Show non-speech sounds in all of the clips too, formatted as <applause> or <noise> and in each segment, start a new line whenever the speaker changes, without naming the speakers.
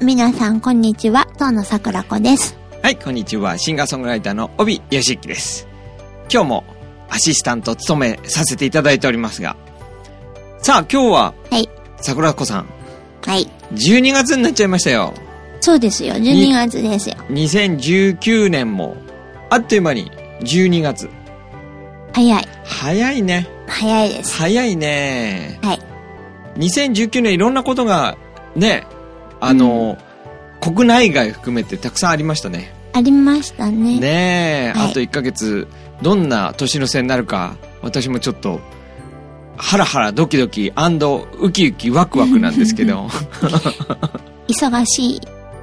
皆さんこんにちは、遠野桜子です。
はい、こんにちは。シンガーソングライターの帯義行です。今日もアシスタントを務めさせていただいておりますが。さあ、今日は、
はい。
桜子さん、
はい。
12月になっちゃいましたよ。
そうですよ、12月ですよ。
2019年も、あっという間に12月。
早い。
早いね。
早いです。
早いね。
はい。
2019年いろんなことが、ね、あの、国内外含めてたくさんありましたね。
ありましたね。
ねえ、
はい
あと1ヶ月どんな年の瀬になるか私もちょっとハラハラドキドキウキウキワクワクなんですけ
<laughs>
ど
忙しい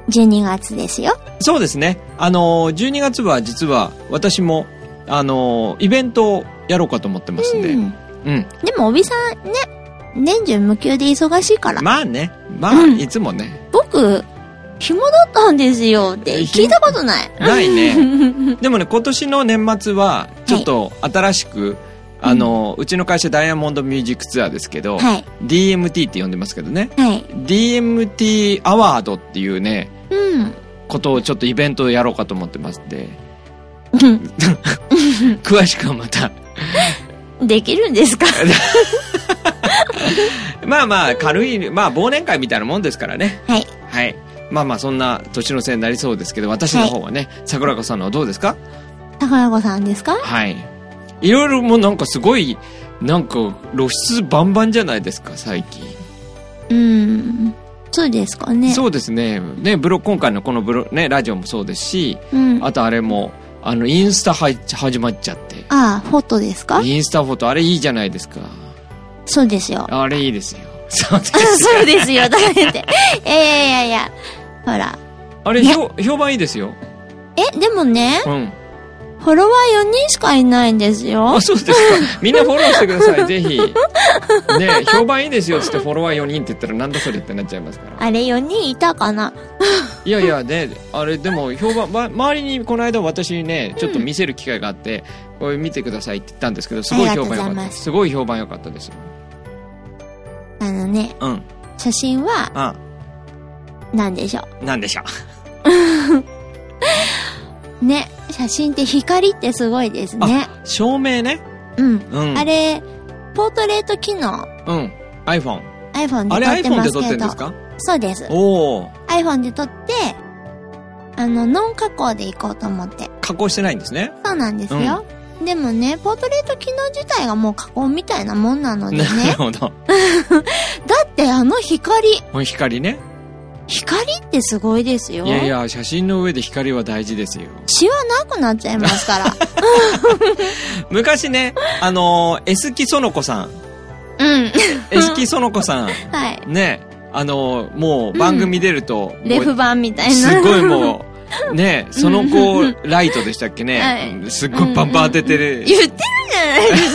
12月ですよ。
そうですねあの12月は実は私もあのイベントをやろうかと思ってますんで、う
うんん。でも、おびさんね、年中無休で忙しいから、
まあねまあ
うん
いつもね、
僕、紐だったんですよって聞いたことない。
な
<laughs>
いねでもね今年の年末はちょっと新しく、あのうちの会社ダイヤモンドミュージックツアーですけど、
はい。
DMT って呼んでますけどね
はい。
DMT アワードっていうね、
うん。
ことをちょっとイベントをやろうかと思ってますんで、詳しくはまた。
できるんですか
まあまあ、軽い、まあ忘年会みたいなもんですからね。
はい。
<laughs> はい。まあまあ、そんな年の瀬になりそうですけど、私の方はね、桜子さんのはどうですか
高子さんですか
はい。いろいろもうなんかすごい、なんか露出バンバンじゃないですか、最近。
うん。そうですかね。
そうですね。ね、ブロ、今回のこのブロ、ね、ラジオもそうですし、
うん。あ
あとあれも、あの、インスタはい始まっちゃって。
あ、フォトですか
インスタフォト、あれいいじゃないですか。
そうですよ。
あれいいですよ。そうです。
<laughs> そうですよ、だめて。 <laughs> いやいやいやいや。ほら。
あれ、評評判いいですよ。
え、でもね、
うん。
フォロワー4人しかいないんですよ
あ、。そうですか。みんなフォローしてください、ぜひ。ね評判いいですよっつってフォロワー4人って言ったらなんだそれってなっちゃいますから。
あれ4人いたかない
やいや、ね、あれでも評判、ま、周りにこの間私にね、ちょっと見せる機会があって、これ見てくださいって言ったんですけど、すごい評判良
あ
か
りがとうご
っ
ざい
た。
ます
すごい評判良かったですよ。
あのね、
うん。
写真は、
あ、
なんでしょ
なんでしょ
う。ね、写真って光ってすごいですね。
う。照明ね。
うん。
うん。
あれ、ポートレート機能、
うん。iPhone。
iPhone
あ
で撮っ
れ
て
iPhone
ま
です撮って
け
んで
ど
す。か
そうです。
おお
iPhone で撮って、あの、ノン加工で行こうと思って。
加工してないんですね。
そうなんですよ。でもね、ポートレート機能自体がもう加工みたいなもんな
<laughs>
のでね。
なるほど。
だってあの光、
この光ね。
光ってすごいですよ。
いやいや、写真の上で光は大事ですよ。
血はなくなっちゃいますから。
<laughs> 昔ね、あのー、エスキソノコさん、
うん。
エスキソノコさん、
はい。
ね、あのー、もう番組出ると、もう
レフ版みたいな。
すごいもう、ね、その子、ライトでしたっけね、
は
すっごいバンバン当てて
<laughs>
る、
言ってる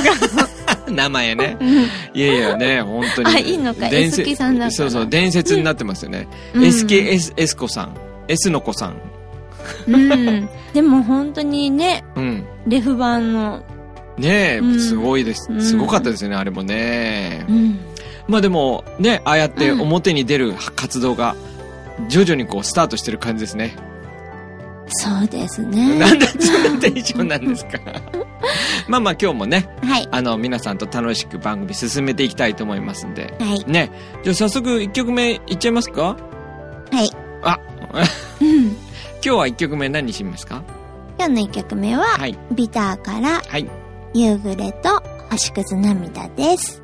じゃない
<laughs>
ですか。
名前ね。
うん
いやいやね、本当に。
あいいのか
伝説
エスキさんだから
そうそう、伝説になってますよね。
うん
エスキエス、エスコさん、エスノコさん。
うん。でも本当にね、
うん。
レフ版の、
ね
うん
え、すごいです
う。ん
すごかったですよね、あれもね
う。ん。
まあでも、ね、ああやって
うん
表に出る活動が、徐々にこう、スタートしてる感じですね。
そうです
な
ね。
んでそんなテンションなんですか <laughs> まあまあ今日もね、
はい。
あの、皆さんと楽しく番組進めていきたいと思いますんで。
はい。
ね。じゃあ早速1曲目いっちゃいますか
はい。
あ、
うん。
<laughs> 今日は1曲目何しますか
今日の一曲目は、
はい。
ビターから、
はい。
夕暮れと星屑涙です。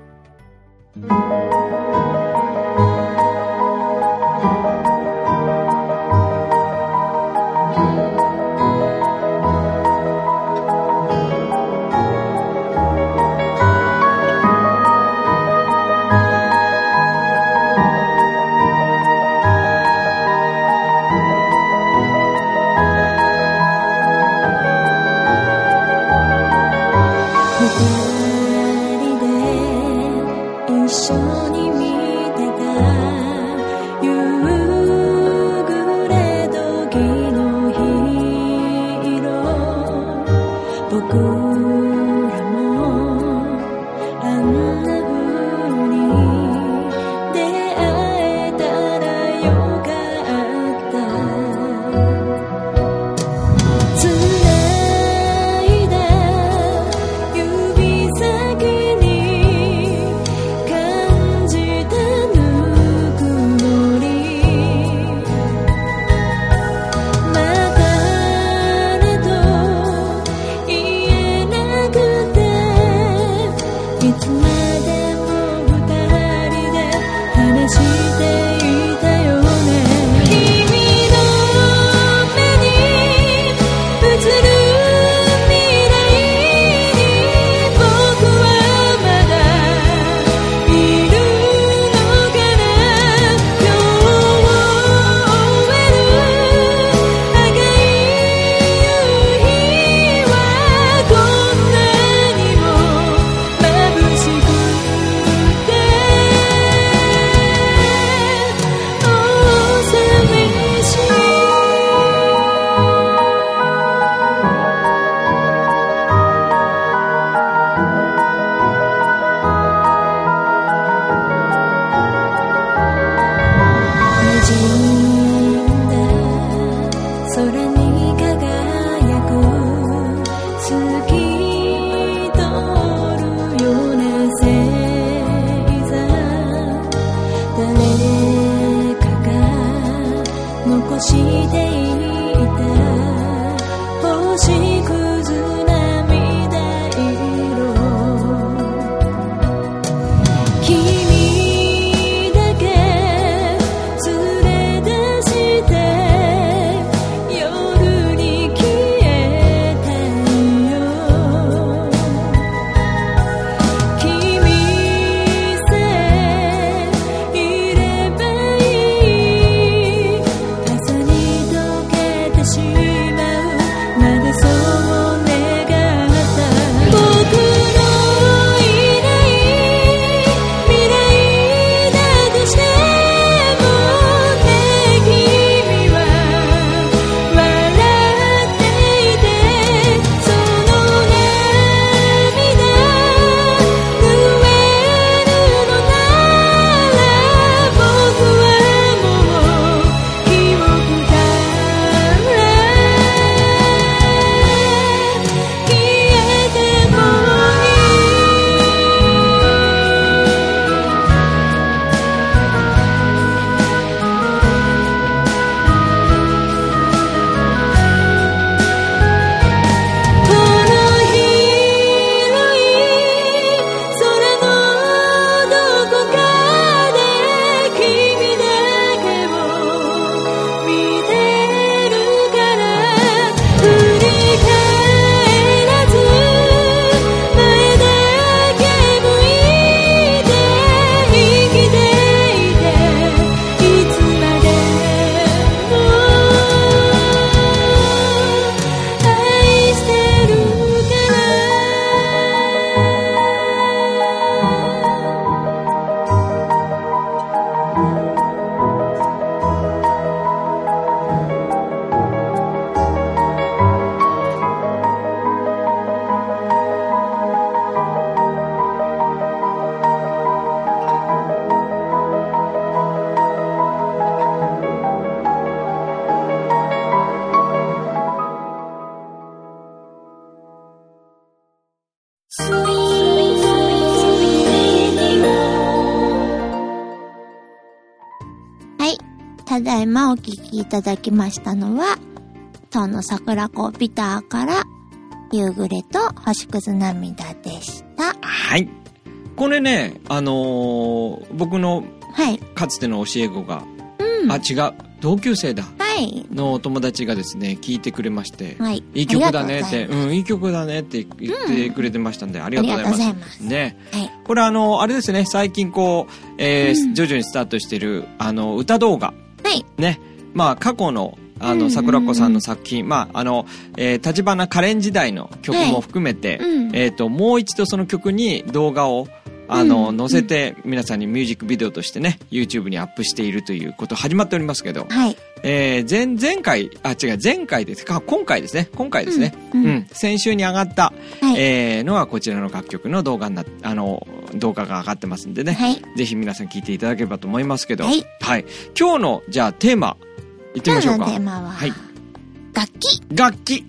二人で一緒に残していた星屑涙色「君だけ連れ出して」「夜に消えたよ」「君さえいればいい」「朝に溶けてしまう」「まだそう願った」「僕のいない未来だとしてもね君は笑っていて」「その涙拭えるのなら僕はもう」「記憶から消えてゆく」「この広い空のどこかで君だけを見てるから」「振り返らず前だけ向いて生きていていつまでも」愛してるから
はい。ただいまお聞きいただきましたのは、遠野桜子ピターから、夕暮れと星屑涙でした。
はい。これね、あのー僕の
はい。
かつての教え子が、
うん。は
あ、違う、同級生だ、
い。
のお友達がですね、聞いてくれまして、
はい。
いい曲だねっ
あ
て、
りがとうございます
うん、いい曲だねって言ってくれてましたんで、あり
あ
がと
り
う
が
ご
と
ざ
う
い
ご
ま
ざ
す
い。ます。
ね。
はい。
これあの、あれですね、最近こう、えー
うん
徐々にスタートしてる、あの、歌動画、
はい。
ね。まあ、過去の、
う
あ
んうんう
の、
ん
桜子さんの作品、まあ、あの、えー、立花カレン時代の曲も含めて、
うん。
えっ、と、もう一度その曲に動画を、あの、
うん
載せて、皆さんにミュージックビデオとしてね、YouTube にアップしているということ、始まっておりますけど、
はい。
えー、前、前回、あ、違う、前回ですか、今回ですね、今回ですね、
う
うんん、
うん
先週に上がった、
はい。
えー、のはこちらの楽曲の動画にな、あの、動画が上がってますんでね、
はい。
ぜひ皆さん聞いていただければと思いますけど、
はい。
今日の、じゃあ、テーマ、いってみましょう
の
か
テー。マは、
はい
楽器。
楽器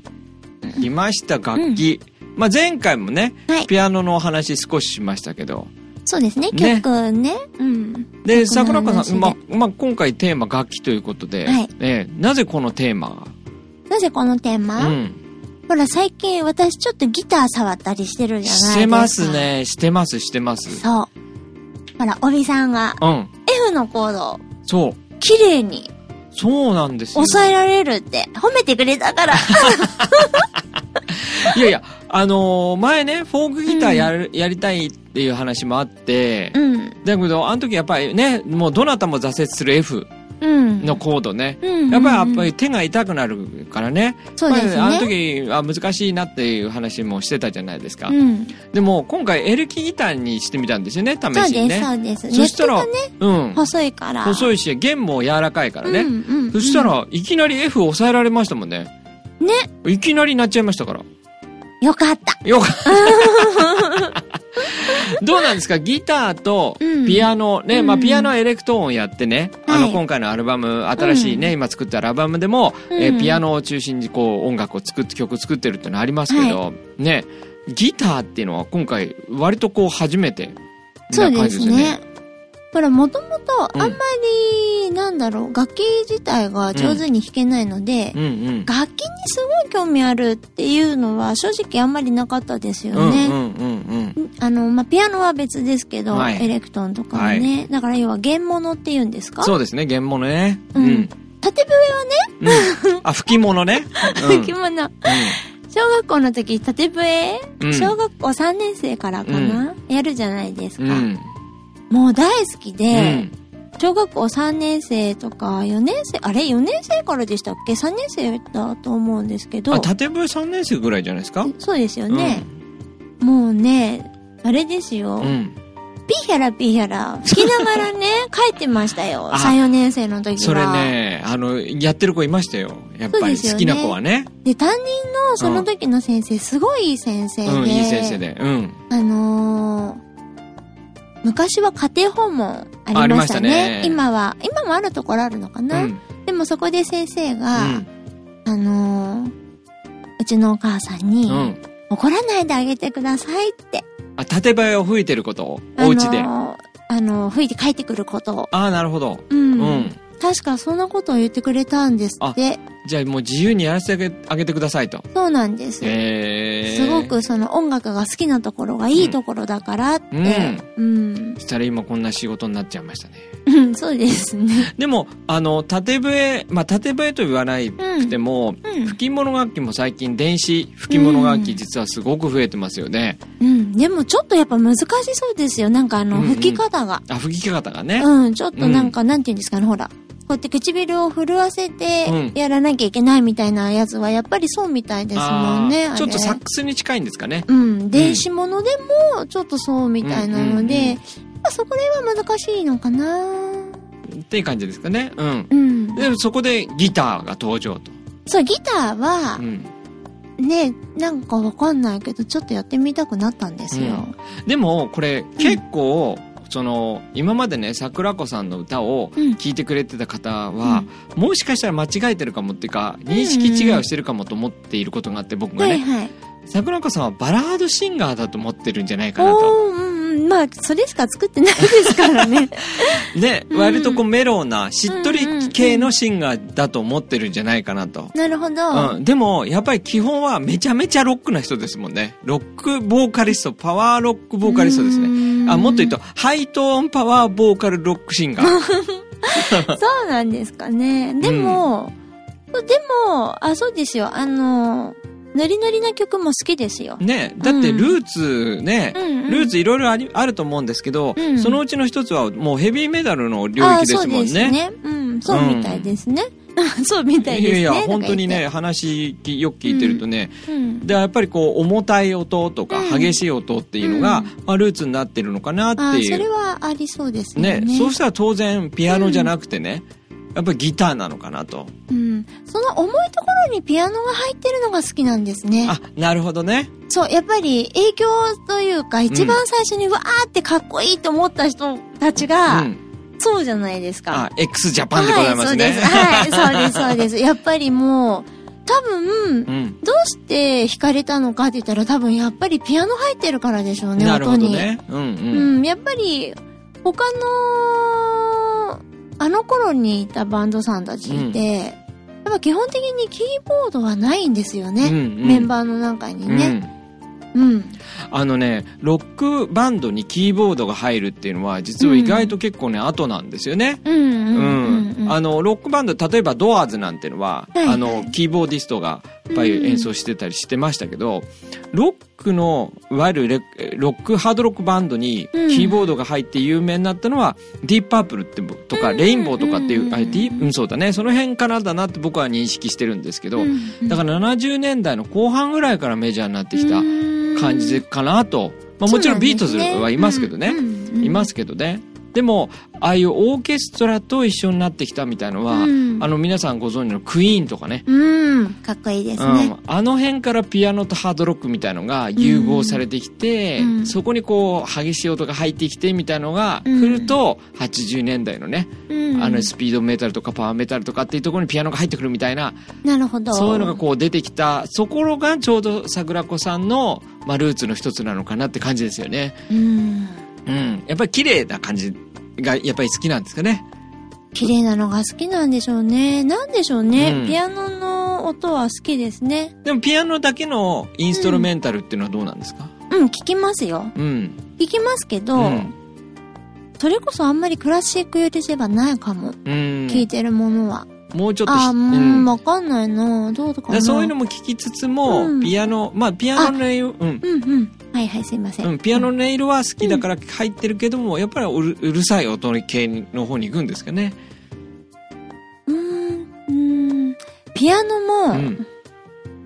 来ました、楽器。まあ、前回もね、
はい
ピアノのお話少ししましたけど、
そうですね、
ね
曲ね。うん。
で、
曲の
桜
話
子さん、
で
まあ、まあ、今回テーマ楽器ということで、
はい
ええなぜこのテーマ
なぜこのテー
が
マ、
うん。
ほら、最近私ちょっとギター触ったりしてるじゃないですか。
してます。ね、してます、してます。
そう。ほら、おびさんが
うん。
F のコードを
そう。
綺麗に
そうなんですよ。
抑えられるって褒めてくれた
<laughs>
から。
いやいや、あのー前ね、フォークギターやる、やりたいっていう話もあって、
うん。
だけど、あの時やっぱりね、もうどなたも挫折する F
うん。
のコードね。
うんうんうん
やっぱり、やっぱり手が痛くなるからね。
そうですね。
まあ、あの時は難しいなっていう話もしてたじゃないですか。
うん。
でも今回エレキギターにしてみたんですよね、試
そう
しに
です、
ね。
そうです。
そしたら、
ネットがね、
うん。
細いから。
細
い
いし、弦も柔らかいか
から
ね。
うんうん、
そした、ら、いきなり F を抑えられましたもんね。
ね。
いきなりなっちゃいましたから。
よかった。
よか
<laughs>
った。どうなんですかギターと
うん
ピアノ、ね、
うん
まあピアノはエレクトーンをやってね、あ
は
の
い
今回のアルバム、新しいね、今作ったアルバムでも、え
うん
ーピアノを中心にこう音楽を作って曲作ってるってのありますけど、ね、ギターっていうのは今回割とこう初めてな
そう
感
で
じ
すね。からもともと
うん
あんまり、なんだろう、楽器自体が上手に弾けないので、
うんうん。
楽器にすごい興味あるっていうのは正直あんまりなかったですよ
うん
ね。
うんうん
あの、まあ、ピアノは別ですけど、
はい
エレクトーンとかはね、だから要は弦物って言うんです
う
か
ん。そうですね、原物ね。う
うん
ん。
縦笛はね、
うんあ、吹き物ね。うん
着物。小学校の時、縦笛、
うん
小学校3年生からかな、やるじゃないですか。
うん。うん。
もう大好き
う
で、
ん。
小学校3年生とか4年生、あれ ?4 年生からでしたっけ ?3 年生だと思うんですけど
あ、、縦笛3年生ぐらいじゃないですか
そうですよね、もうね、あれですよ、
うん。うん。
ピーヒャラピーヒャラ吹きながら
<laughs>
ね、書いてましたよ。
あ
3、4年生の時は。
それね、あの、やってる子いましたよ。やっ
そ
ぱ
うで
り
すよね
好きな子はね。
で、担任のその時の先生、すごいいい先生で。
うん、いい先生で。うん。
あのー昔は家庭訪問ありましたね。
ありましたね
今は、今もあるところあるのか
う
な、
ん。
でもそこで先生
う
が、
ん。
あのーうちのお母さんに、
うん。
怒らないであげてくださいって。
あ、縦笛を吹いてることを、お家で。
あ
あ
のーあのー吹いて帰ってくることを。
あー、なるほど。
うん。
うん。
確かそんなことを言ってくれたんですって。
じゃあもう自由にやらせてあげてくださいと。
そうなんです。
えー。
すご。くその音楽が好きなところがいいところだからって。うん。
したら今こんな仕事になっちゃいましたね。
うん、 <laughs> そうですね。
でも、あの、縦笛、まあ、縦笛と言わなく
うん。
ても、
うん
吹き物楽器も最近電子吹き物楽器実はすごく増えてますよね。
うん、でもちょっとやっぱ難しそうですよ。なんかあの、
うんうん
吹き方が。
あ、吹き方が
う
ね。
ん、ちょっとなんか、なんていうんですかね、ほら。こうやって唇を震わせ
うん
てやらなきゃいけないみたいなやつは、やっぱりそうみたいですもんね。
あー
あれ
ちょっとサックスに近いんですかね。
うん、電子ものでも、ちょっとそうみたいなので、
うんうんうん
やっぱそこら辺は難しいのかな
っていう感じですかね。うん。
うん。
で、そこでギターが登場と。
そう、ギターは
う、ん。
ね、なんかわかんないけど、ちょっとやってみたくなったんですよ。
でも、これ結構、その、今までね、桜子さんの歌を
うん
聴いてくれてた方は、もしかしたら間違えてるかもっていうか、認識違いをしてるかもと思っていることがあって、僕が
はい
ね、
はい。
桜子さんはバラードシンガーだと思ってるんじゃないかなと。
おー、うんうん。まあ、それしか作ってないですから
<laughs>
ね。
で、
うん
割とこうメロウな、しっとり系のシンガーだと思ってるんじゃないかなと。
なるほど。
うん、でも、やっぱり基本はめちゃめちゃロックな人ですもんね。ロックボーカリスト、パワーロックボーカリストですね。
ね
あ、もっと言うと、ハイトーンパワーボーカルロックシンガー。
そうなんですかね。でも、でも、あ、そうですよ。あの、ノリノリな曲も好きですよ。
ね、だってルーツね、
うんうん
ルーツいろいろありあると思うんですけど、
うん
そのうちの一つはもうヘビーメダルの領
あ
域ですもん
そうです
ね。
ね。うん、そうみたいですね。 <laughs> そうみたいですね。
いやい
と
や、
か言っ
本
て
当に。ね、話きよく聞いてるとね、
うん。
でやっぱりこう重たい音とか
うん
激しい音っていうのが、
うん
まあ、ルーツになってるのかなって
あ
い
そうれはありそうですよ
ね
ね。
そうしたら当然ピアノじゃなくてね、やっぱりギターなのかなと
うん。その重いところにピアノが入ってるのが好きなんですね。
あなるほどね
そう、やっぱり影響というか、一番最初にわーってかっこいいと思った人たちが、
うん、
そうじゃないですか。
あ x ジャパンでございますね、
はい、そうです。はい、そうです、そうです。やっぱりもう、多分、
うん、
どうして惹かれたのかって言ったら多分やっぱりピアノ入ってるからでしょうね、
なるほ
音
ど
に。
ねうんうん、
うん、やっぱり、他の、あの頃にいたバンドさんたちって、やっぱ基本的にキーボードはないんですよね。
うんうん
メンバーの中に
う
ね。
ん
うん。
あのねロックバンドにキーボードが入るっていうのは実は意外と結構ね、後なんですよね
うん。うん。
う
うんうん
んあのロックバンド例えばドアーズなんてのは、
はいはい
あのキーボーディストがいっぱい演奏してたりしてましたけど、ロックのいわゆるレロックハードロックバンドにキ
うん
ーボードが入って有名になったのは、ディープパープルってとか、
うん
レインボーとかっていう、あ
う
デ
ん
ィープうんそうだねその辺からだなって僕は認識してるんですけど、
うんうん
だから70年代の後半ぐらいからメジャーになってきた感じかなと、まあ、もちろんビートズはいますけどねいますすけどねでもああいうオーケストラと一緒になってきたみたいのは、
うん
あの皆さんご存知のクイーンとかね
うん、かっこいいです
う
ね。
ん、あの辺からピアノとハードロックみたいのが融合されてきて、
うん
そこにこう激しい音が入ってきてみたいのが
うん
来ると、80年代のね、
うん、
あのスピードメタルとかパワーメタルとかっていうところにピアノが入ってくるみたいな
なるほど。
そういうのがこう出てきたところがちょうど桜子さんの、まあ、ルーツの一つなのかなって感じですよね。
うん。
うん。やっぱり綺麗な感じがやっぱり好きなんですかね。
綺麗なのが好きなんでしょうね。なんでしょうね。
うん
ピアノの音は好きですね。
でもピアノだけのインストルメンタルっていうのはどうなんですか
うん、聞きますよ。
うん。
聞きますけど、
うん
それこそあんまりクラシック寄りではないかも。
うん。
聞いてるものは。
もうちょっとし
あー、う
うん
ん、わかんないなどうとか
だか
な。
らそういうのも聞きつつも、
うん
ピアノ、まあピアノの音色、うん。
うんうん。はいはい、すいません。
うん、ピアノの音色は好きだから入ってるけども、やっぱりうるうるさい音系の方に行くんですかね。
うーん、うーん。ピアノ
う
も、 <laughs>
ん。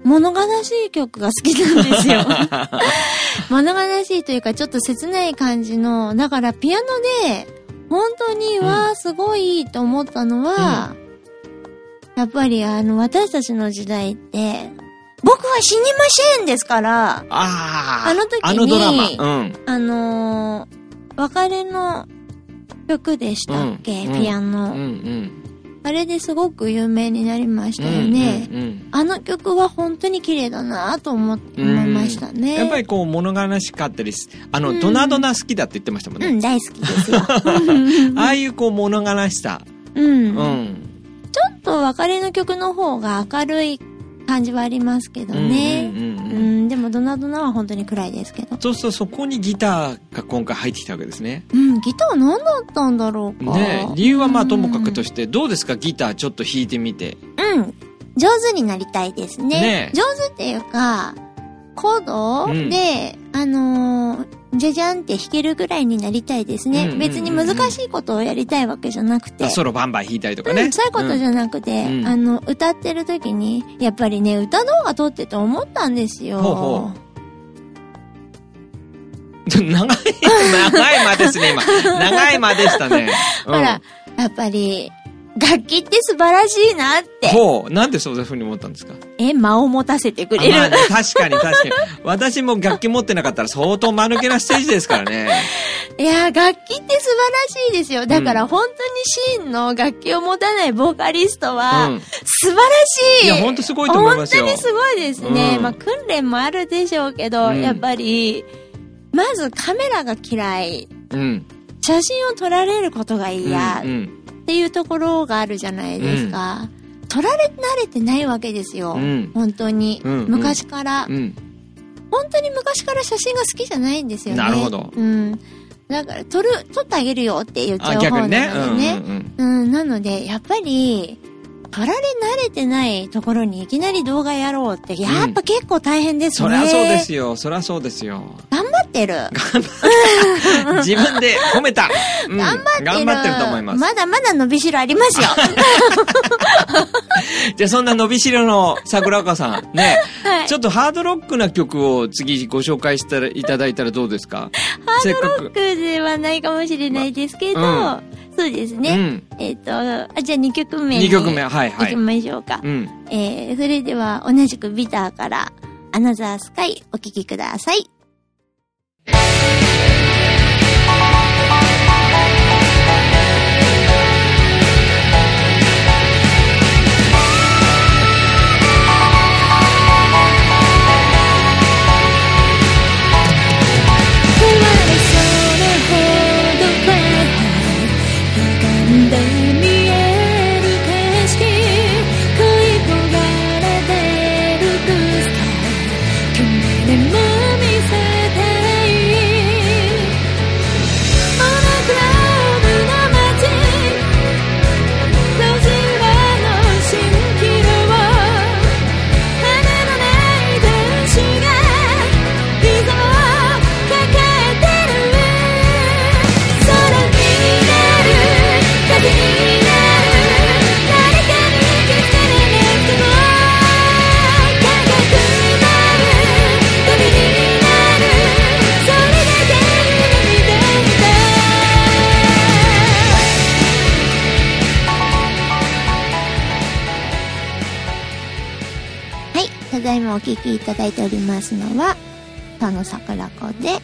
物悲しい曲が好きなんです
<laughs>
よ。物悲しいというか、ちょっと切ない感じの、だからピアノで、本当に、
うん
わあ、すごいと思ったのは、やっぱりあの、私たちの時代って、僕は死にませんですから、
ああ。
あの時に
あのドラマ。うん。
あのー別れの曲でしたっけ、
うん
ピア
うんう
ノ、
ん。
あれですごく有名になりましたよね。
うんうんうん
あの曲は本当に綺麗だなと思思いましたね。
やっぱりこう物悲しかったりすあの、
うん
ドナドナ好きだって言ってましたもん
う
ね。
ん、大好きですよ。
ああいうこう物悲しさ。
うん。
<laughs> う
ちょ
ん。
っと別れの曲の方が明るい感じはありますけど
う
ね。
んう
うんん
うんうん
でもドナドナは本当に暗いですけど。
そうするとそこにギターが今回入ってきたわけですね。
うん、ギター何だったんだろうか。
ね理由はまあともかくとして、どうですかギターちょっと弾いてみて。
うん。上手になりたいですね。
ね
上手っていうか、コード
うん
で、あのーじゃじゃんって弾けるぐらいになりたいですね。
うんうんうんうん
別に難しいことをやりたいわけじゃなくて。
あソロバンバン弾いたりとか
う
ね。
ん、そういうことじゃなくて、
うん
あの、歌ってる時に、やっぱりね、歌動画撮ってて思ったんですよ。
ほうほうん <laughs> 長い、長い間ですね、今。長い間でした
<laughs>
ね。うん
ほら、やっぱり、楽器って素晴らしいなって、
ほう、なんでそういうふうに思ったんですか
え、間を持たせてくれ
あまあ
る。
ね確かに確かに。私も楽器持ってなかったら相当間抜けなステージですからね。
いやー、楽器って素晴らしいですよ。だから本当に真の楽器を持たないボーカリストは、
うん
素晴らしい
いや、本当すごいと思いますよ。
本当にすごいですね。
うん
まあ、訓練もあるでしょうけど、
うん
やっぱり、まずカメラが嫌い。
うん。
写真を撮られることが嫌
うんうん。
っていうところがあるじゃないですか。撮られ慣れてないわけですよ。
うん
本当に、
うんうん
昔から、
うん。
本当に昔から写真が好きじゃないんですよね。
なるほど
うん。だから、撮る、撮ってあげるよって言っちゃ
あ、
う
逆
方な
に
ので
ね。
ね。
うんうん
うん、なので、やっぱり、取られ慣れてないところにいきなり動画やろうって、やっぱ結構大変です
そ
ね。
りゃそうですよ。そりゃそうで
<laughs>
すよ。
頑張ってる。
自分で褒めた。うん
頑張ってる。
頑張ってると思います。
まだまだ伸びしろあります
<laughs>
よ。
じゃあそんな伸びしろの桜岡さん、ね、
<laughs> はい
ちょっとハードロックな曲を次ご紹介したらいただいたらどうですかせっか
ロッ
く。
クではないかもしれないですけど、
ま
そうです
う
ね。
ん。
えっ、と、あ、じゃあ2曲目に。
2曲目、はい
行
は
き
い。
ましょうか。
うん。
えー、それでは同じくビターから、アナザースカイお聴きください。
壊れそうなほどは歪んだ見える景色恋焦がれてるブスター君でも見せたいオークラブの街路地裏の蜃気楼羽のない天使が膝を抱えてる空になる風になる誰かに消されなくても高くなる旅になるそれだけに見てみたい
はい、ただいまお聴きいただいておりますのは、田野桜子で、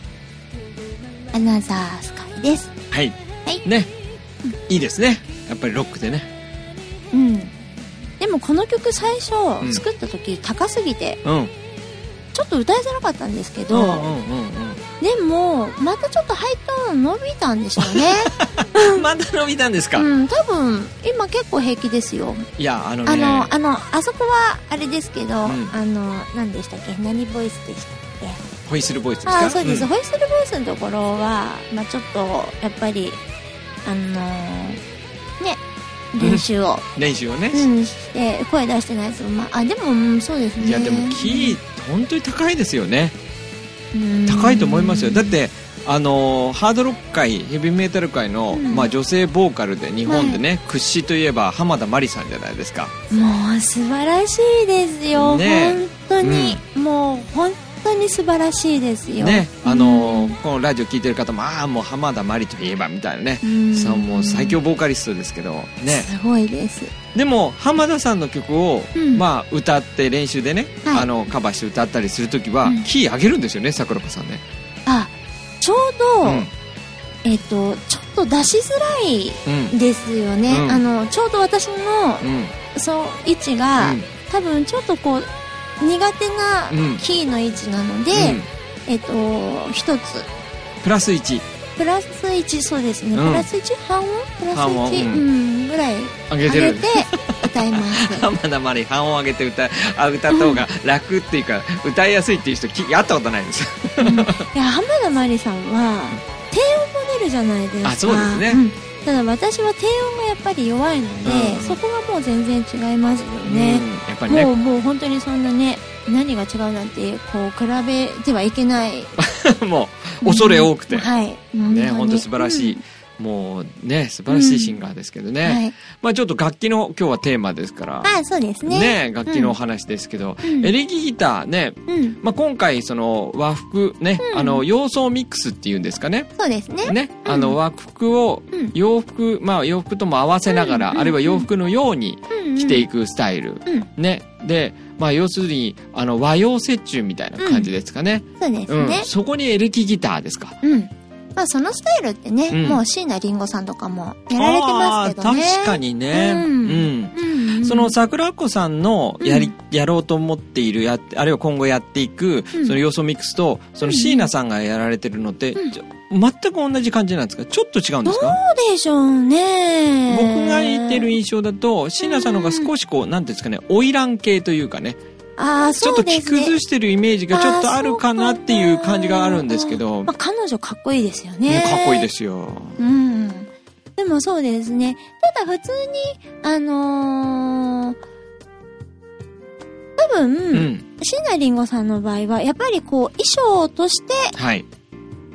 アナザースカイです。
はい。
はい
ね。いいですね。やっぱりロックでね。
うん。でもこの曲最初
ん
作った時高すぎて、
うん。
ちょっと歌いづらかったんですけ
う
ど、
んうんうんうん。
でもまたちょっと配当伸びたんでしょう
<laughs>
ね <laughs>
まだ伸びたんですか、
うん多分今結構平気ですよ
いやあのね
あのあのあそこはあれですけど、
うん
あの何でしたっけ何ボイスでしたっけ
ホイッスルボイスですか
あーそうです、
ん
ホイッスルボイスのところは、まあ、ちょっとやっぱりあのーね練習を、
練習をね、
うん、して声出してないですもん、まあ、あでも、うん、そうですね
いやでもキー本当に高いですよね高いと思いますよだってあのーハードロック界ヘビーメタル界の、
うん
まあ、女性ボーカルで日本でね、屈指といえば浜田真理さんじゃないですか
もう素晴らしいですよ、
ね
本当に、もう本当に素晴らしいですよ
ねあの
うん
ーこのラジオ聞いてる方もああもう浜田真理といえばみたいなね、
うん
さあもう最強ボーカリストですけどね
すごいです
でも浜田さんの曲を、
うん
まあ、歌って練習でね、
はい
あのカバーして歌ったりするときは、
うん
キー上げるんですよね桜子さんね、
あちょう
う
ど、
ん
えっ、とちょっと出しづらい
うん
ですよね、
うん
あのちょうど私の
うん
その位置が、
うん
多分ちょっとこう苦手な
うん
キーの位置なので、
うん
えっ、と一つ
プラス1
プラス1そうですね、
うん
プラス1半音プラス
半音
1、
う
うん、ぐらい
上げ
上
て
げ
る
て歌い
<laughs>
ます
浜田まり半音上げて歌あ歌った方が楽っていうか、歌いやすいっていう人き会ったことないです
いや浜田真理さんは低音も出るじゃないですか
あそうですね
んただ私は低音がやっぱり弱いので、
うん
そこがもう全然違いますよ
うん
ね、
やっぱり
もう
ね
もう本当にそんなね何が違うなんてこう比べてはいけない
<laughs> もう恐れ多くて、
はい
ね本当素晴らしい、、もうね素晴らしいシンガーですけど
うん
ね、
はい、
まあちょっと楽器の今日はテーマですから
あそうですね
ね楽器のお話ですけど、
うん
エレキギターね、
うん
まあ、今回その和服ね、
うん
あの洋装ミックスっていうんですかね
そうですね
ね、
うん
あの和服を
うん
洋服、まあ洋服とも合わせながら、
うんうん
あるいは洋服のように
うんうん
着ていくスタイル、
うん
ねで、まあ、要するにあの和洋折衷みたいな感じですかね,、
そうです
うん
ね
そこにエレキギターですか
うん、まあそのスタイルってね、
うん
もう椎名林檎さんとかもやられてますけどね
あー確かにね、
うんうんうん
その桜子さんのやり、やろうと思っているやあるいは今後やっていく、
うん
その要素ミックスとその椎名さんがやられてるのって、
うん
ちょ全く同じ感じなんですかちょっと違うんですか
そうでしょうね
僕が言ってる印象だと椎名さんの方が少しこうなんていうんですかね花魁系というかね
あーそ
ちょっ
う
と
で
着
すね
崩してるイメージがちょっとあるかなっていう感じがあるんですけど、
まあ、彼女かっこいいですよね
もうかっこいいですよ。
うんでもそうですねただ普通にあのー多分、
うん。
椎名林檎さんの場合はやっぱりこう衣装として
はい。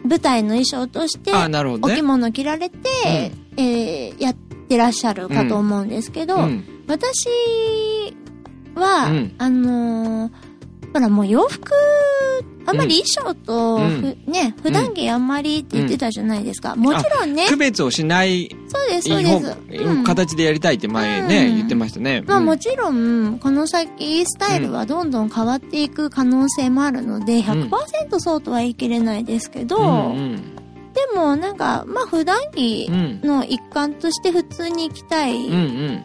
舞台の衣装として
あ、なるほ
お
ど
着
ね。
物着られて、えーやってらっしゃるかと思うんですけど、
うん。
私は、
うん
あのーほらもう洋服あんまり衣装と、
うん
ふね普段着あんまりって言ってたじゃないですか、もちろんね
区別をしない
そうですそう
方
です、うん
形でやりたいって前ね、
うん
言ってましたね。
まあ
うん
もちろんこの先スタイルはどんどん変わっていく可能性もあるので100%そうとは言い切れないですけど、
うんうん
でもなんかまあ普段着
うん
の一環として普通に行きたい
うん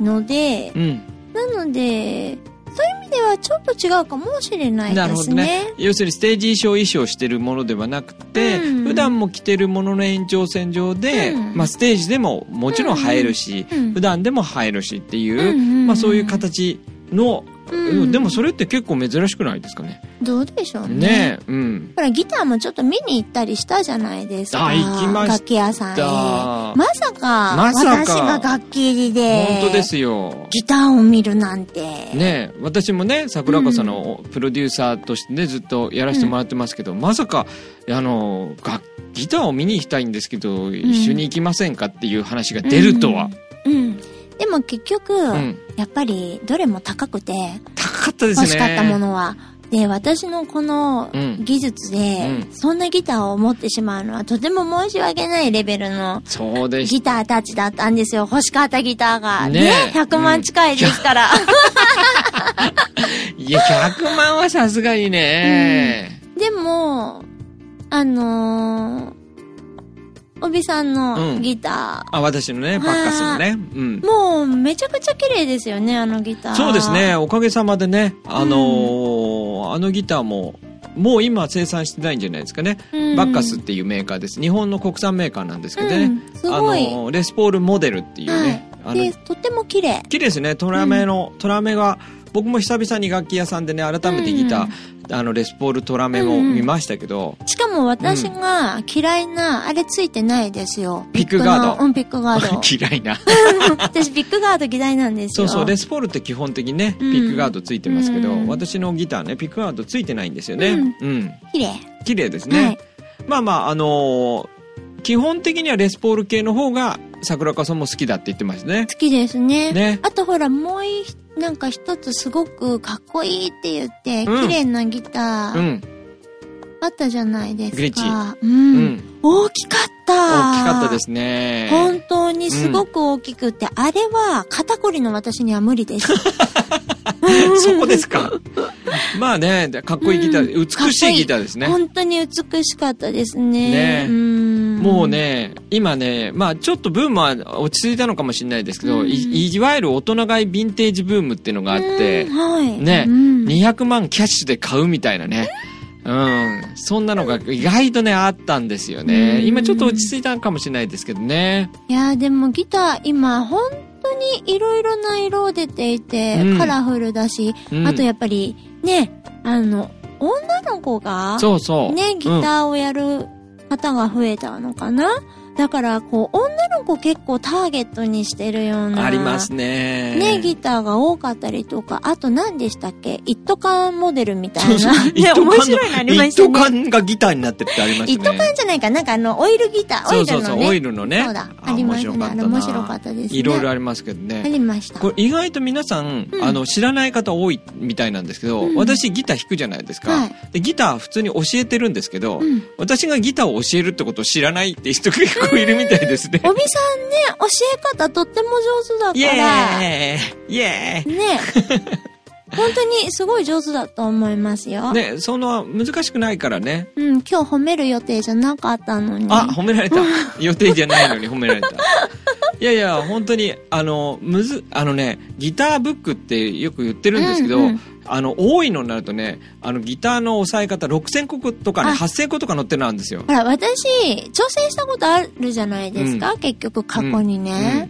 うん
ので、
うん
なのでそういう意味ではちょっと違うかもしれない
なる
で
ほど
す
ね
ね。
要するにステージ衣装衣装してるものではなくて、
うん
普段も着てるものの延長線上で、
うん
まあ、ステージでももちろん映えるし、
うん
普段でも映えるしっていう、
うんうんうん
まあ、そういう形の、
うん
うんでもそれって結構珍しくないですかね。
どうでしょうね
ねえ、うん。
ほらギターもちょっと見に行ったりしたじゃないですか
あ行きました
楽器屋さんへまさか
まさか
私が楽器入りで
本当ですよ。
ギターを見るなんて、
ねえ私もね桜子さんのプロデューサーとしてねずっとやらせてもらってますけど、まさかあの楽ギターを見に行きたいんですけど、一緒に行きませんかっていう話が出るとは、
うん、うんでも結局、
うん
やっぱりどれも高くて
高かったですね
欲しかったものはで私のこの
うん
技術で、
うん
そんなギターを持ってしまうのはとても申し訳ないレベルの
そうでし
ギターたちだったんですよ欲しかったギターが
ね
ね
え
100万近いですから、
いや100万はさすがにね、
でも、あのー、おびさん
う
の
ん
ギタ
あ私のねパッカスのねうん
ー、もうめちゃくちゃ綺麗ですよね、あのギター。
そうですね。おかげさまでねあのーあのギターももう今生産してないんじゃないですかね、
うん
バッカスっていうメーカーです日本の国産メーカーなんですけどね、
うんすごい
あのレスポールモデルっていうね、
はい。
あ
で、
の
とっても綺麗。
綺麗ですねトラメの、トラメが僕も久々に楽器屋さんでね改めてギター、あのレスポールトラメも見ましたけど、
しかも私が嫌いな、あれついてないですよ。
ピックガード
ビのうん、ピックガー
<laughs>
ド。
嫌いな
私、ピックガード嫌いなんです
そ
よ。
うそうレスポールって基本的にねピ
うん
ックガードついてますけど、
うん
私のギターねピックガードついてないんですよねうん、
綺麗。
綺麗ですね、
はい
まあまああのー基本的にはレスポール系の方が桜川さんも好きだって言ってますね
好きですね。
ね
あとほら、もうい、なんか一つすごくかっこいいって言って、
う
綺
ん
麗なギタ
う
ー
ん
あったじゃないですか。
グリッチ
う
うん、
ん。大きかった。
大きかったですね
本当にすごく大きくて、あれは肩こりの私には無理です。
<laughs> そこですかまあねでかっこいいギター、美しいギターですね
本当に美しかったですね。
ねえ
うん
もう。ね、今ね、まあちょっとブームは落ち着いたのかもしれないですけど、
うん
いいわゆる大人買いヴィンテージブームっていうのがあって
うん、はい。
ね、
うん
200万キャッシュで買うみたいなね。うん。そんなのが意外とね、あったんですよね。
うん
今ちょっと落ち着いたのかもしれないですけどね。
いやーでもギター今本当にいろいろな色出ていて、
うん
カラフルだし、
うん
あとやっぱりね、あの、女の子が、
そうそう。
ね、ギタ
うん
ーをやる方が増えたのかな、だからこう、女の子結構ターゲットにしてるような。
ありますね。
ね、ギターが多かったりとか、あと何でしたっけ一斗缶モデルみた
そう
い
そう
な。
<laughs>
<laughs>
一
ね、
斗缶の
面白いのありました
一
ね。
斗缶がギターになってるってありま
一
した
斗
ね。
缶じゃないか、なんかあの、オイルギター、オ
そ
イ
うそう
ルの
そう、オ
ね。
イルのね。
そうだ、ありましたね。あれ面白か
っ
ったですね。
いろいろありますけどね
あ。りました。
これ意外と皆さん、
うん
あの知らない方多いみたいなんですけど、
うん
私ギター弾くじゃないですか、
はい
でギター普通に教えてるんですけど、
うん
私がギターを教えるってことを知らないって人結構いるみたいですね。
おびさんね、教え方とっても上手だ
イ
から、ね、
エーイイエーイ
本当にすごい上手だと思いますよ。
ね、その難しくないからね。
うん、今日褒める予定じゃなかったのに。
あ、褒められた。予定じゃないのに褒められた。いやいや、本当に、あの、むず、あのね、ギターブックってよく言ってるんですけど、
うんうん
あの、多いのになるとね、あの、ギターの押さえ方6000個とかね、
あ
8000個とか載ってるんですよ。
ほら、私、挑戦したことあるじゃないですか、結局過去にね、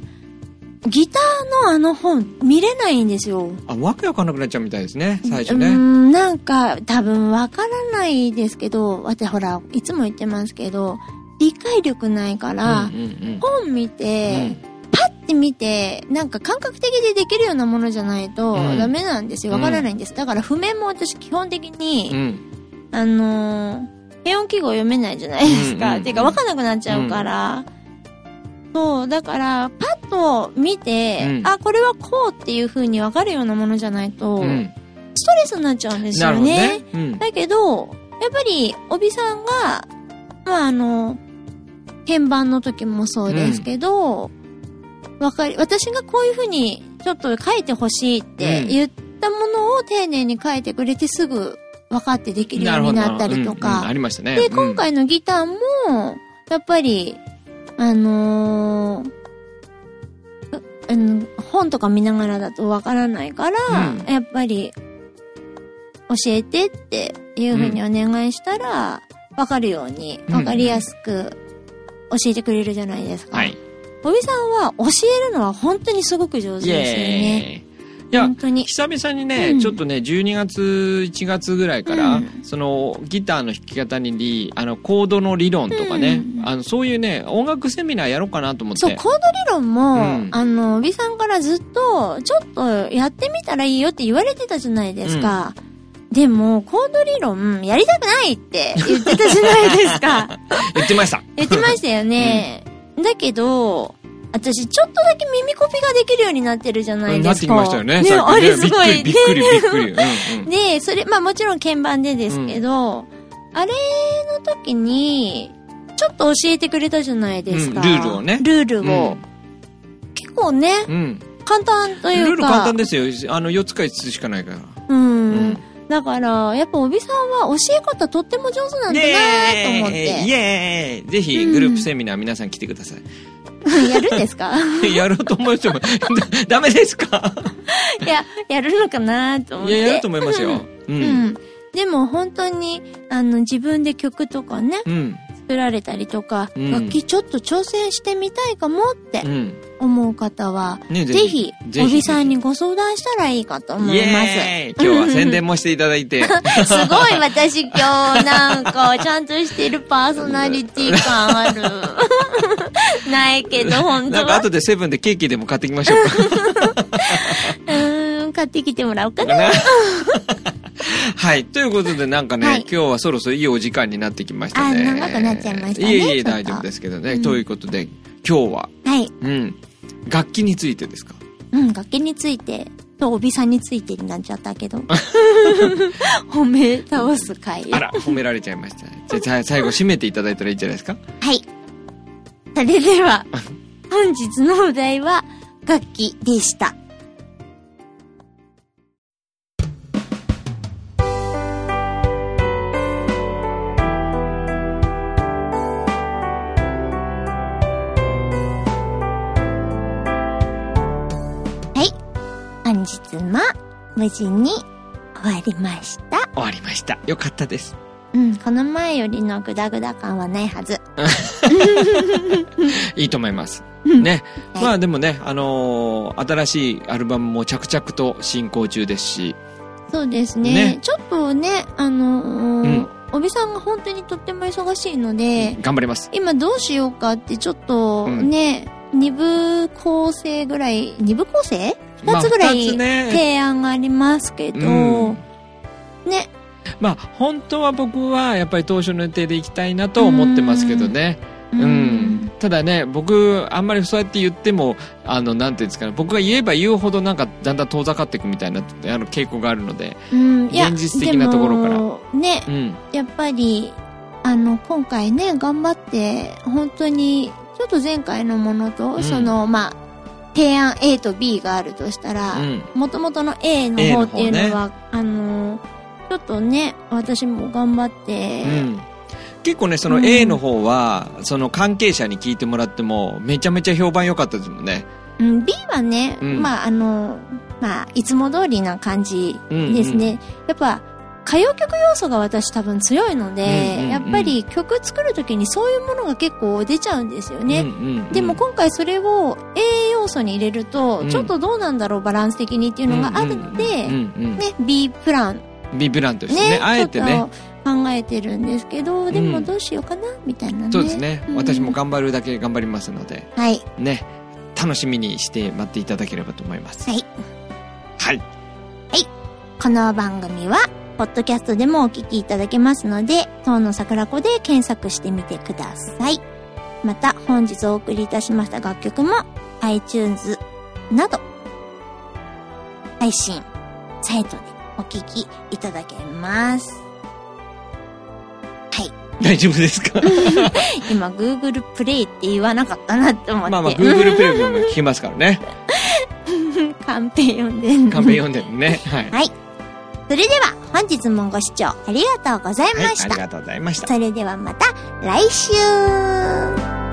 ギターのあの本、見れないんですよ。
あ、わけわかんなくなっちゃうみたいですね、最初
うー
ね。
ん、なんか、多分わからないですけど、私ほら、いつも言ってますけど、理解力ないから、
うんうん
本見
うん
て、パッて見て、なんか感覚的でできるようなものじゃないと
うん
ダメなんですよ。わからないんです。だから譜面も私基本的
うんう
に、
ん
あのー、平音記号読めないじゃないです
うんうん
か。
うん
てかわかんなくなっちゃうから。そう、だから、パッと見て
う、ん
あ、これはこうっていう風にわかるようなものじゃないと、
う
ス
ん
トレスになっちゃうんです
なる
よ
ほど
ね
ね。。うん
だけど、やっぱり、おびさんが、まあ、あの、鍵盤の時もそうですけど、わ、かり、私がこういうふうに、ちょっと書いてほしいって
うん
言ったものを丁寧に書いてくれてすぐ分かってできるようになったりと
なるほどうんうんあ
か。
りましたね。
で、
うん
今、回のギターも、やっぱり、あのーうあの本とか見ながらだとわからないから、
うん
やっぱり、教えてっていうふうにお願いしたら、わかるように、
うん
わかりやすく教えてくれるじゃないですか。
はい。
おびさんは教えるのは本当にすごく上手
イ
ですよね。
エーイ。いや
本、当に。
久々にね、
うん
ちょっとね、12月、1月ぐらいから、
うん
その、ギターの弾き方にり、あの、コードの理論とかね、
うん
あの、そういうね、音楽セミナーやろうかなと思って。
そう、コード理論も、
うん
あの、美さんからずっと、ちょっとやってみたらいいよって言われてたじゃないですか。でも、コード理論、やりたくないって言ってたじゃないです
<laughs>
か。
言ってました。
言ってましたよね。だけど、私、ちょっとだけ耳コピができるようになってるじゃない
な
で
って
す
き
か。
ましたよね。
ね、
さっ
あ
きね
れすごい。
びっくりびっくりびっくり。うんうん
で、それ、まあもちろん鍵盤でですけど、あれの時に、ちょっと教えてくれたじゃないですか。
うんルールをね
ルールを。結構ね、
うん。
簡単と
ル
いうか。
ール簡単ですよ。あの、4つか5つしかないから。
うん。
うん
だから、やっぱおびさんは教え方とっても上手なんだなと思っ
イエーイイ
て。
エーイぜひ、グループセミナー皆さん来てください。
やるんですか <laughs>
<laughs> やろうと思う人も、ダメですか
いや、やるのかなと思っ
い
て。
や、やると思いますよ。う
うん。
ん。
でも本当に、あの、自分で曲とかね、
うん。
作られたりとか、
うん
楽器ちょっと挑戦してみたいかもって
うん。
思う方は、
ね
ぜひ、
ぜ
お
ひ
びさんにご相談したらいいかと思
イ
います。
エーイ今日は宣伝もしていただい
<laughs>
て。
すごい私今日なんかちゃんとしてるパーソナリティ感ある。 <laughs> ないけど本当
なんか
は。
後でセブンでケーキでも買ってきましょ
う
うか。
ーん、買ってきてもらおうかな。
<laughs> はい。ということで、なんかね、
はい
今日はそろそろいいお時間になってきましたね。
あ長くなっちゃいましたね
いえいえ、
ちょっと
大丈夫ですけどね。
うん
ということで、今日は、
はい。
うん。楽器についてですか
うん、崖について、とおびさんについてになっちゃったけ
<laughs>
ど。 <laughs> 褒め倒す会。
あ
は
ら、褒められちゃいました。じゃあさ、最後締めていただいたらいいんじゃないですか
い。それでは、本日のお題は、楽器でした。はい。本日も無事に終わりました。
終わりました。よかったです。
うん、この前よりのグダグダ感はないはず。
いいと思います。
うん
ね。
はい
まあでもね、あのー新しいアルバムも着々と進行中ですし、
そうですね。
ね
ちょっとね、あのー
うん
おびさんが本当にとっても忙しいので、
頑張ります。
今どうしようかってちょっと
うん
ね、二部構成ぐらい、二部構成
ま
二
あ
つぐら
二つ
い
ね
提案がありますけど、
うん
ね、
まあ本当は僕はやっぱり当初の予定で行きたいなと思ってますけどね。
う
うん。ただね、僕、あんまりそうやって言っても、あの、なんていうんですかね、僕が言えば言うほどなんかだんだん遠ざかっていくみたいな、あの、傾向があるので、
うんいや
現実的なところから
でもね、
うん。
やっぱり、あの、今回ね、頑張って、本当に、ちょっと前回のものと、
うん
その、まあ、提案 A と B があるとしたら、
うん。
元々の A の
A の
方
方
っていうのは、あの、ちょっとね、私も頑張って、
うん結構ね、そうの
ん
A の方は、その関係者に聞いてもらっても、めちゃめちゃ評判良かったですもんね。
うん B はね、
うん
まあ、あの、まあ、いつも通りな感じですね。やっぱ、歌謡曲要素が私多分強いので、
うんうんうん
やっぱり曲作るときにそういうものが結構出ちゃうんですよね。
うんうんうん
でも今回それを栄養素に入れると、
うん
ちょっとどうなんだろうバランス的にっていうのがあるので、
うん
ね、
うんうん
B プラン
ビブラントですね
ね、
あえて
ちょ
ね
っと考えてるんですけど、でも
うん
どうしようかな、みたいなね。
そうですね、
うん
私も頑張るだけ頑張りますので
はい。
ね楽しみにして待っていただければと思います
はい
はい
この番組は、ポッドキャストでもお聞きいただけますので、当の桜子で検索してみてください。また、本日お送りいたしました楽曲も、iTunes など、配信、サイトでお聞きいただけます。
大丈夫ですか
今、Google プレイって言わなかったなって思って。
まあま
<laughs>
あ Google プレビューも聞きますからね
カンペ読ん
<laughs>
でんの
カンペ読んでるねはい、
はい。それでは、本日もご視聴ありがとうござい
は
ま
い、あ
し
り
た。
がとうございました
それではまた来週